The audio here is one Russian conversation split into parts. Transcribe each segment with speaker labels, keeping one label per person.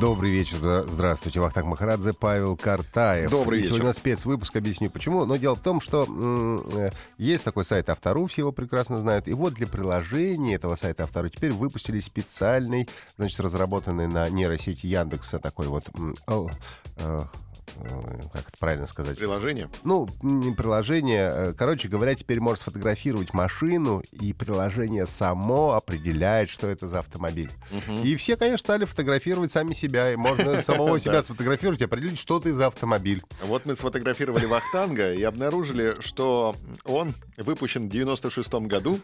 Speaker 1: Добрый вечер, да, здравствуйте. Вахтанг Махарадзе, Павел Картаев.
Speaker 2: Добрый
Speaker 1: И
Speaker 2: вечер.
Speaker 1: Сегодня спецвыпуск, объясню почему. Но дело в том, что м, э, есть такой сайт Автору, все его прекрасно знают. И вот для приложения этого сайта Автору теперь выпустили специальный, значит, разработанный на нейросети Яндекса такой вот... м, о, э, э, как это правильно сказать?
Speaker 2: Приложение.
Speaker 1: Ну, не приложение. э, Короче говоря, теперь можно сфотографировать машину, и приложение само определяет, что это за автомобиль. И все, конечно, стали фотографировать сами себя. И можно самого себя сфотографировать и определить, что ты за автомобиль.
Speaker 2: Вот мы сфотографировали Вахтанга и обнаружили, что он выпущен в 96-м году.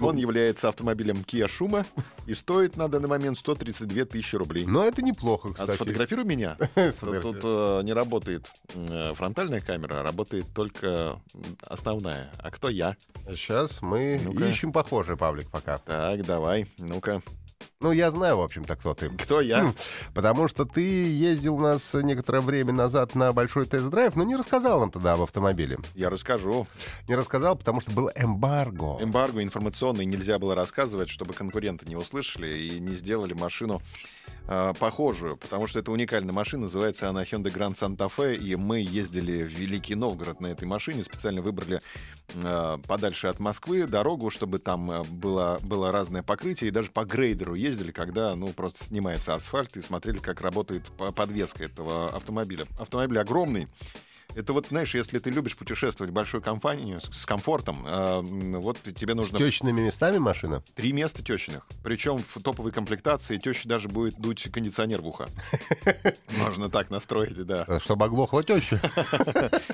Speaker 2: Он является автомобилем Kia Шума и стоит на данный момент 132 тысячи рублей.
Speaker 1: Но это неплохо,
Speaker 2: А
Speaker 1: кстати.
Speaker 2: сфотографируй меня. Тут
Speaker 1: Сфотографируй.
Speaker 2: тут, э, не работает э, фронтальная камера, а работает только м, основная. А кто я?
Speaker 1: Сейчас мы
Speaker 2: Ну-ка.
Speaker 1: ищем похожие, Павлик, пока.
Speaker 2: Так, давай, ну-ка.
Speaker 1: Ну, я знаю, в общем-то, кто ты.
Speaker 2: Кто я?
Speaker 1: Потому что ты ездил у нас некоторое время назад на большой тест-драйв, но не рассказал нам тогда об автомобиле.
Speaker 2: Я расскажу.
Speaker 1: Не рассказал, потому что был эмбарго.
Speaker 2: Эмбарго информационный нельзя было рассказывать, чтобы конкуренты не услышали и не сделали машину э, похожую, потому что это уникальная машина, называется она Hyundai Grand Santa Fe, и мы ездили в Великий Новгород на этой машине, специально выбрали э, подальше от Москвы дорогу, чтобы там э, было, было разное покрытие, и даже по грейдеру ездили, когда, ну, просто снимается асфальт, и смотрели, как работает по- подвеска этого автомобиля. Автомобиль огромный, это вот, знаешь, если ты любишь путешествовать в большую компанию с, с комфортом, э, м, вот тебе
Speaker 1: С
Speaker 2: нужно
Speaker 1: тёчными местами машина?
Speaker 2: три места тещиных. Причем в топовой комплектации теща даже будет дуть кондиционер в ухо. Можно так настроить, да.
Speaker 1: Э, Чтобы оглохла теща.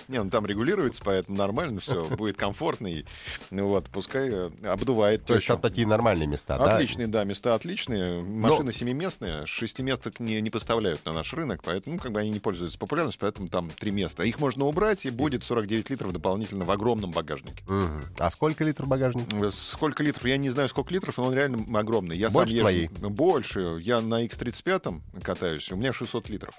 Speaker 2: Не, ну там регулируется, поэтому нормально все, будет комфортно. и, Ну вот, пускай э, обдувает
Speaker 1: То есть
Speaker 2: тещу.
Speaker 1: там такие нормальные места, да?
Speaker 2: Отличные, да, места отличные. Машины семиместные, шестиместок не, не поставляют на наш рынок, поэтому ну, как бы они не пользуются популярностью, поэтому там три места. Их можно убрать, и будет 49 литров дополнительно в огромном багажнике.
Speaker 1: Мгм. А сколько литров багажника?
Speaker 2: Сколько литров? Я не знаю, сколько литров, но он реально огромный. Я
Speaker 1: Больше
Speaker 2: сам езжу-
Speaker 1: твоей?
Speaker 2: Больше. Я на X35 катаюсь, у меня 600 литров.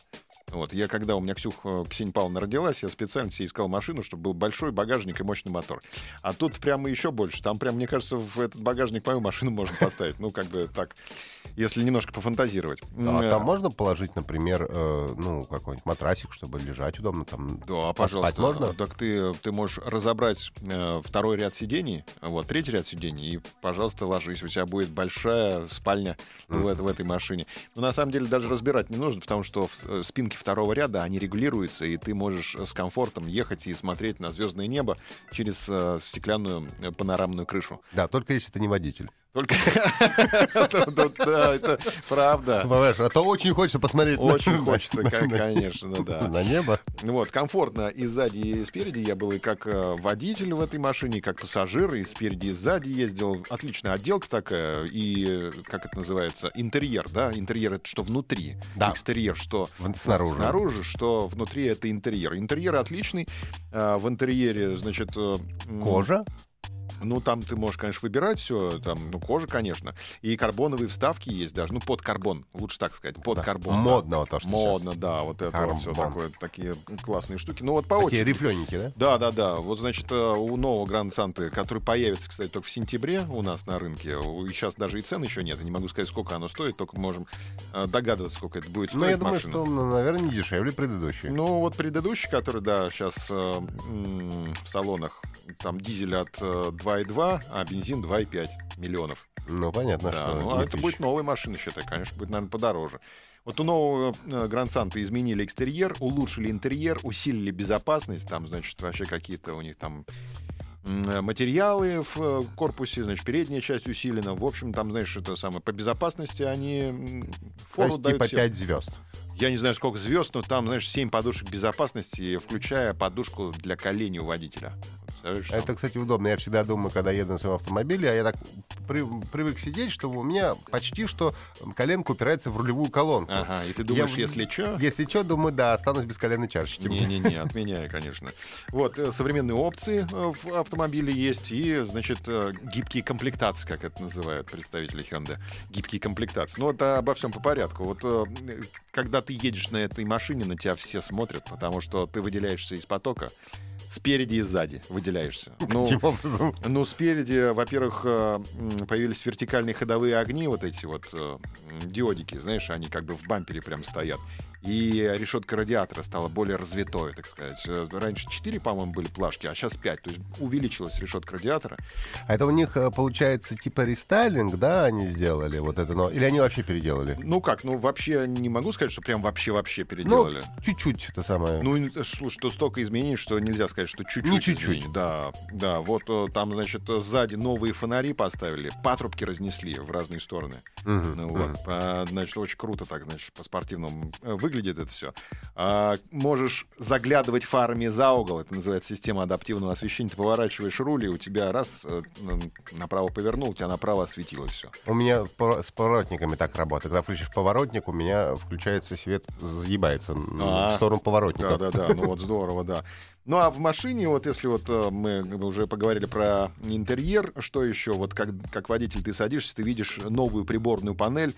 Speaker 2: Вот, я когда у меня Ксюха э, Ксения Павловна родилась, я специально себе искал машину, чтобы был большой багажник и мощный мотор. А тут прямо еще больше. Там прям, мне кажется, в этот багажник мою машину можно поставить. Ну, как бы так, если немножко пофантазировать.
Speaker 1: А там можно положить, например, э, ну, какой-нибудь матрасик, чтобы лежать удобно там?
Speaker 2: Да, а,
Speaker 1: поспать
Speaker 2: пожалуйста.
Speaker 1: можно?
Speaker 2: Так ты, ты можешь разобрать э, второй ряд сидений, вот, третий ряд сидений, и, пожалуйста, ложись. У тебя будет большая спальня в, эт- в этой машине. Но на самом деле даже разбирать не нужно, потому что в- э, спинки второго ряда, они регулируются, и ты можешь э, с комфортом ехать и смотреть на звездное небо через э, стеклянную э, панорамную крышу.
Speaker 1: Да, только если ты не водитель.
Speaker 2: Только... Да, это правда.
Speaker 1: Понимаешь, а то очень хочется посмотреть. на-
Speaker 2: Очень хочется, ко-
Speaker 1: на-
Speaker 2: конечно, да.
Speaker 1: На небо.
Speaker 2: Ну Вот, комфортно и сзади, и спереди. Я был и как э, водитель в этой машине, и как пассажир, и спереди, и сзади ездил. Отличная отделка такая, и, э, как это называется, интерьер, да? Интерьер — это что внутри,
Speaker 1: Да.
Speaker 2: экстерьер, что
Speaker 1: В- Снаружи.
Speaker 2: снаружи, что внутри — это интерьер. Интерьер отличный, э, в интерьере, значит... э, м,
Speaker 1: Кожа.
Speaker 2: ну, там ты можешь, конечно, выбирать все, там, ну, кожа, конечно. И карбоновые вставки есть даже, ну, под карбон, лучше так сказать, под
Speaker 1: Да.
Speaker 2: карбон. да.
Speaker 1: Модно вот то, что
Speaker 2: Модно, да, вот это
Speaker 1: Карбон.
Speaker 2: вот все такое, такие классные штуки. Ну вот по
Speaker 1: сейчас. А Такие
Speaker 2: очереди.
Speaker 1: рифленики, да?
Speaker 2: Да, да, да. Вот, значит, э, у нового Гранд Санты, который появится, кстати, только в сентябре у нас на рынке. у- И сейчас даже и цен еще нет. Я не могу сказать, сколько оно стоит, только можем э, догадываться, сколько это будет стоить.
Speaker 1: Ну, я думаю,
Speaker 2: машина.
Speaker 1: что, ну, наверное, не дешевле предыдущие.
Speaker 2: Ну, вот предыдущий, который, да, сейчас в салонах, там дизель от э, 2,2, а бензин 2,5 миллионов.
Speaker 1: Ну, понятно,
Speaker 2: Да,
Speaker 1: что...
Speaker 2: ну,
Speaker 1: не
Speaker 2: а это
Speaker 1: тысяча.
Speaker 2: будет новая машина, считай, конечно, будет, наверное, подороже. Вот у нового э, Гранд Санта изменили экстерьер, улучшили интерьер, усилили безопасность, там, значит, вообще какие-то у них там м, э, материалы в э, корпусе, значит, передняя часть усилена. В общем, там, знаешь, это самое, по безопасности они м,
Speaker 1: То
Speaker 2: фору
Speaker 1: есть,
Speaker 2: дают
Speaker 1: типа
Speaker 2: всем.
Speaker 1: 5 звезд.
Speaker 2: Я не знаю, сколько звезд, но там, знаешь, 7 подушек безопасности, включая подушку для коленей у водителя. Представляешь, там?
Speaker 1: Это, кстати, удобно. Я всегда думаю, когда еду на своем автомобиле, а я так при- привык сидеть, что у меня почти что коленка упирается в рулевую колонку.
Speaker 2: Ага, и ты думаешь,
Speaker 1: Я-
Speaker 2: если что...
Speaker 1: Если что, думаю, да, останусь без коленной чашечки.
Speaker 2: Не-не-не, отменяю, конечно. Вот, э, современные опции э, в автомобиле есть и, значит, э, гибкие комплектации, как это называют представители Hyundai. Гибкие комплектации. Ну, это обо всем по порядку. Вот э, когда ты едешь на этой машине, на тебя все смотрят, потому что ты выделяешься из потока. Спереди и сзади выделяешься. Ну,
Speaker 1: Таким образом.
Speaker 2: ну, спереди, во-первых, э, м, появились вертикальные ходовые огни, вот эти вот э, м, диодики, знаешь, они как бы в бампере прям стоят. И решетка радиатора стала более развитой, так сказать. Э, Раньше 4, по-моему, были плашки, а сейчас 5. То есть увеличилась решетка радиатора.
Speaker 1: А это у них э, получается типа рестайлинг, да, они сделали вот это, но или они вообще переделали?
Speaker 2: Ну как, ну вообще не могу сказать, что прям вообще-вообще переделали.
Speaker 1: Ну, чуть-чуть это самое.
Speaker 2: Ну, и, э, слушай, что столько изменений, что нельзя сказать, что чуть-чуть.
Speaker 1: Не Ну, чуть-чуть.
Speaker 2: изменений. Да, да. Вот э, там, значит, э, сзади новые фонари поставили, патрубки разнесли в разные стороны.
Speaker 1: Мгм,
Speaker 2: Ну
Speaker 1: мгм.
Speaker 2: вот, а, значит, очень круто так, значит, по-спортивному э, выглядит это все. можешь заглядывать фарами за угол, это называется система адаптивного освещения. Ты поворачиваешь руль, и у тебя раз э, н- направо повернул, у тебя направо осветилось все.
Speaker 1: У меня с пор- с поворотниками так работает. Когда включишь поворотник, у меня включается свет, заебается м,
Speaker 2: А.
Speaker 1: в сторону поворотника.
Speaker 2: Да, да, да, ну вот здорово, да. Ну а в машине, вот если вот э, мы уже поговорили про интерьер, что еще, вот как, как водитель ты садишься, ты видишь новую приборную панель,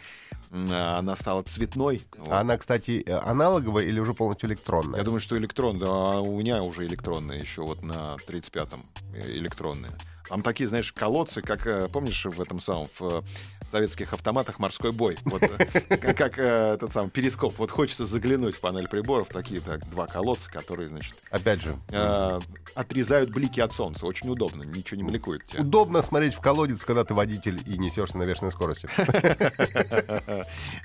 Speaker 2: м, а она стала цветной. Вот.
Speaker 1: Она, кстати, э, аналоговая или уже полностью электронная?
Speaker 2: Я думаю, что электрон, да, а у меня уже электронные еще вот на 35-м э, электронные. Там такие, знаешь, колодцы, как, э, помнишь, в этом самом, в э, советских автоматах «Морской бой». Вот, э, как- как э, этот самый перископ. Вот хочется заглянуть в панель приборов. Такие так, два колодца, которые, значит,
Speaker 1: Опять же,
Speaker 2: э, отрезают блики от солнца. Очень удобно, ничего не бликует тебя.
Speaker 1: удобно смотреть в колодец, когда ты водитель и несешься на бешеной скорости.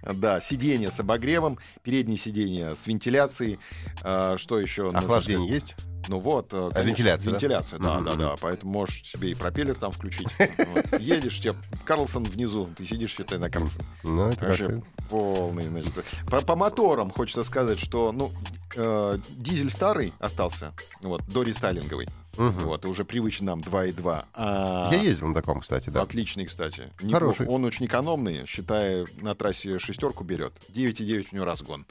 Speaker 2: Да, сиденье с обогревом, переднее сиденье с вентиляцией. Э, Что еще? Ну,
Speaker 1: Охлаждение есть?
Speaker 2: Ну вот, э, конечно,
Speaker 1: вентиляция, да?
Speaker 2: вентиляция, да,
Speaker 1: Мгм.
Speaker 2: да, да. Поэтому можешь себе и пропеллер там включить. Вот. Едешь, тебе Карлсон внизу, ты сидишь, считай, на Карлсон.
Speaker 1: Ну, это
Speaker 2: Вообще
Speaker 1: вообще...
Speaker 2: полный, значит. По, по моторам хочется сказать, что, ну, э, дизель старый остался, вот, до рестайлинговый.
Speaker 1: Мгм.
Speaker 2: Вот, уже привычен нам 2,2. А...
Speaker 1: Я ездил на таком, кстати, да.
Speaker 2: Отличный, кстати. Не
Speaker 1: Хороший.
Speaker 2: плохо. Он очень экономный, считая, на трассе шестерку берет. 9,9 у него разгон.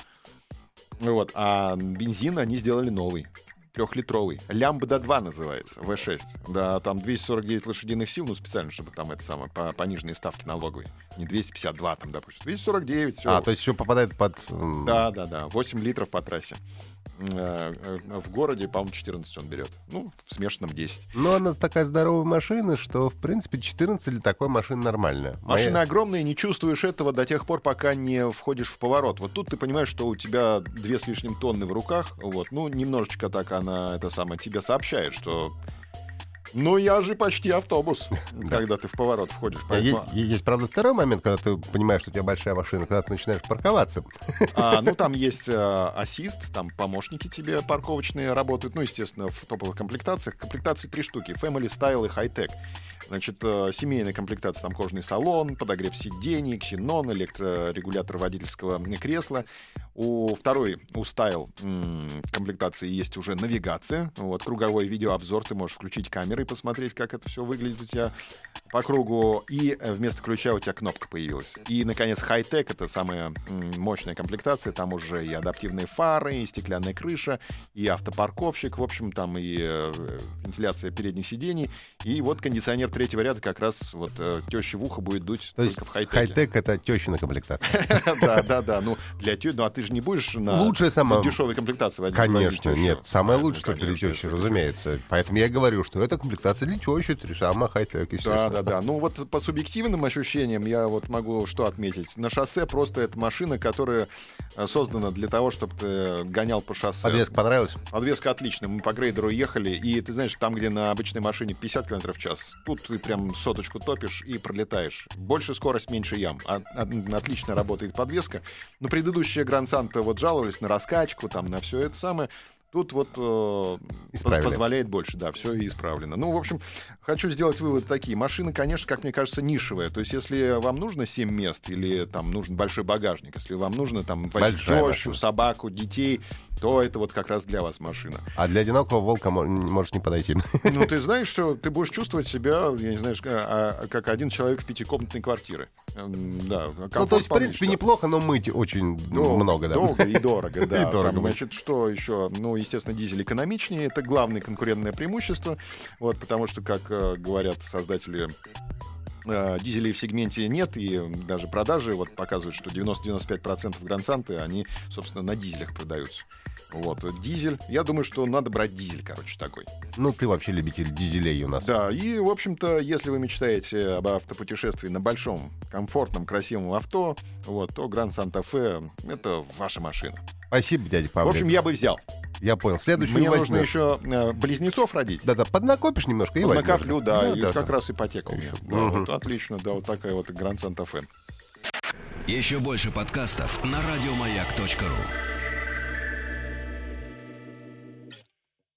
Speaker 2: Вот. А бензин они сделали новый. Трехлитровый. Лямбда 2 называется, V6. Да, там 249 лошадиных сил, ну, специально, чтобы там это самое, по, пониженные ставки налоговые. Не 252 там, допустим. 249, все.
Speaker 1: А, то есть еще попадает под... м,
Speaker 2: Да, да, да. 8 литров по трассе. Э, э, В городе, по-моему, 14 он берет. Ну, в смешанном 10.
Speaker 1: Ну, она такая здоровая машина, что, в принципе, 14 для такой машины нормально.
Speaker 2: Машина
Speaker 1: Моя-
Speaker 2: огромная, и не чувствуешь этого до тех пор, пока не входишь в поворот. Вот тут ты понимаешь, что у тебя две с лишним тонны в руках. Вот, ну, немножечко так она, это самое, тебе сообщает, что... Ну, я же почти автобус, когда ты в поворот входишь.
Speaker 1: Е- е-
Speaker 2: Поэтому-
Speaker 1: Есть, правда, второй момент, когда ты понимаешь, что у тебя большая машина, когда ты начинаешь парковаться.
Speaker 2: А, ну, там есть э, ассист, там помощники тебе парковочные работают. Ну, естественно, в топовых комплектациях. Комплектации три штуки. Family Style и High-Tech. Значит, э, семейная комплектация, там кожный салон, подогрев сидений, ксенон, электрорегулятор водительского кресла. У второй, у Style м, комплектации есть уже навигация. Вот, круговой видеообзор, ты можешь включить камеры и посмотреть, как это все выглядит у тебя по кругу, и э, вместо ключа у тебя кнопка появилась. И, наконец, хай-тек — это самая м, мощная комплектация. Там уже и адаптивные фары, и стеклянная крыша, и автопарковщик, в общем, там и э, вентиляция передних сидений. И вот кондиционер третьего ряда как раз вот э, теща в ухо будет дуть
Speaker 1: То есть
Speaker 2: только в хай-теке.
Speaker 1: хай-тек — это тещина комплектация.
Speaker 2: Да-да-да, ну для тё- ну а ты же не будешь на
Speaker 1: Лучшая сама-
Speaker 2: дешевой комплектации водить. водить
Speaker 1: Конечно,
Speaker 2: тещу.
Speaker 1: нет. Самое
Speaker 2: Ну,
Speaker 1: лучшее, что для
Speaker 2: конечно,
Speaker 1: тещи,
Speaker 2: если-
Speaker 1: разумеется. Поэтому я говорю, что это комплектация для тещи, три- сама хай-тек,
Speaker 2: Да,
Speaker 1: естественно.
Speaker 2: да, да. Ну вот по субъективным ощущениям я вот могу что отметить. На шоссе просто это машина, которая э, создана для того, чтобы ты э, гонял по шоссе.
Speaker 1: Подвеска понравилась?
Speaker 2: Подвеска отличная. Мы по грейдеру ехали, и ты знаешь, там, где на обычной машине 50 км в час, тут ты прям соточку топишь и пролетаешь. Больше скорость, меньше ям. От- от- отлично работает подвеска. Но предыдущие Гранд Санта вот жаловались на раскачку, там, на все это самое. Тут вот э, поз-
Speaker 1: Исправили.
Speaker 2: позволяет больше, да, все исправлено. Ну, в общем, хочу сделать выводы такие. Машина, конечно, как мне кажется, нишевая. То есть, если вам нужно 7 мест или там нужен большой багажник, если вам нужно там возить
Speaker 1: Большая
Speaker 2: тещу,
Speaker 1: машина.
Speaker 2: собаку, детей, то это вот как раз для вас машина.
Speaker 1: А для одинокого волка мо- может не подойти.
Speaker 2: Ну, ты знаешь, что ты будешь чувствовать себя, я не знаю, а- а- как один человек в пятикомнатной квартире. Эм, Да,
Speaker 1: Ну,
Speaker 2: комфорт
Speaker 1: то есть, в
Speaker 2: вполне
Speaker 1: принципе,
Speaker 2: себе.
Speaker 1: неплохо, но мыть очень
Speaker 2: Дол-
Speaker 1: много, да.
Speaker 2: Ну, Долго и дорого, да.
Speaker 1: И дорого
Speaker 2: Там,
Speaker 1: будет.
Speaker 2: значит, что еще? Ну, естественно, дизель экономичнее. Это главное конкурентное преимущество. Вот, потому что, как э, говорят создатели э, дизелей в сегменте нет, и даже продажи вот показывают, что 90-95% гранд-санты, они, собственно, на дизелях продаются. Вот, дизель. Я думаю, что надо брать дизель, короче, такой.
Speaker 1: Ну, ты вообще любитель дизелей у нас.
Speaker 2: Да, и, в общем-то, если вы мечтаете об автопутешествии на большом, комфортном, красивом авто, вот, то Гранд Санта-Фе — это ваша машина.
Speaker 1: Спасибо, дядя
Speaker 2: А В
Speaker 1: Павел.
Speaker 2: общем, я бы взял.
Speaker 1: Я понял. Следующую
Speaker 2: Мне нужно
Speaker 1: возьмешь. Ну,
Speaker 2: еще э, близнецов родить.
Speaker 1: Да-да, поднакопишь немножко и
Speaker 2: Вот
Speaker 1: возьмешь.
Speaker 2: накоплю, да, и
Speaker 1: Да-да-да.
Speaker 2: как раз ипотека у меня. Да,
Speaker 1: Мгм.
Speaker 2: вот, отлично, да, вот такая вот Гранд Санта-Фе.
Speaker 3: Еще больше подкастов на радиомаяк.ру.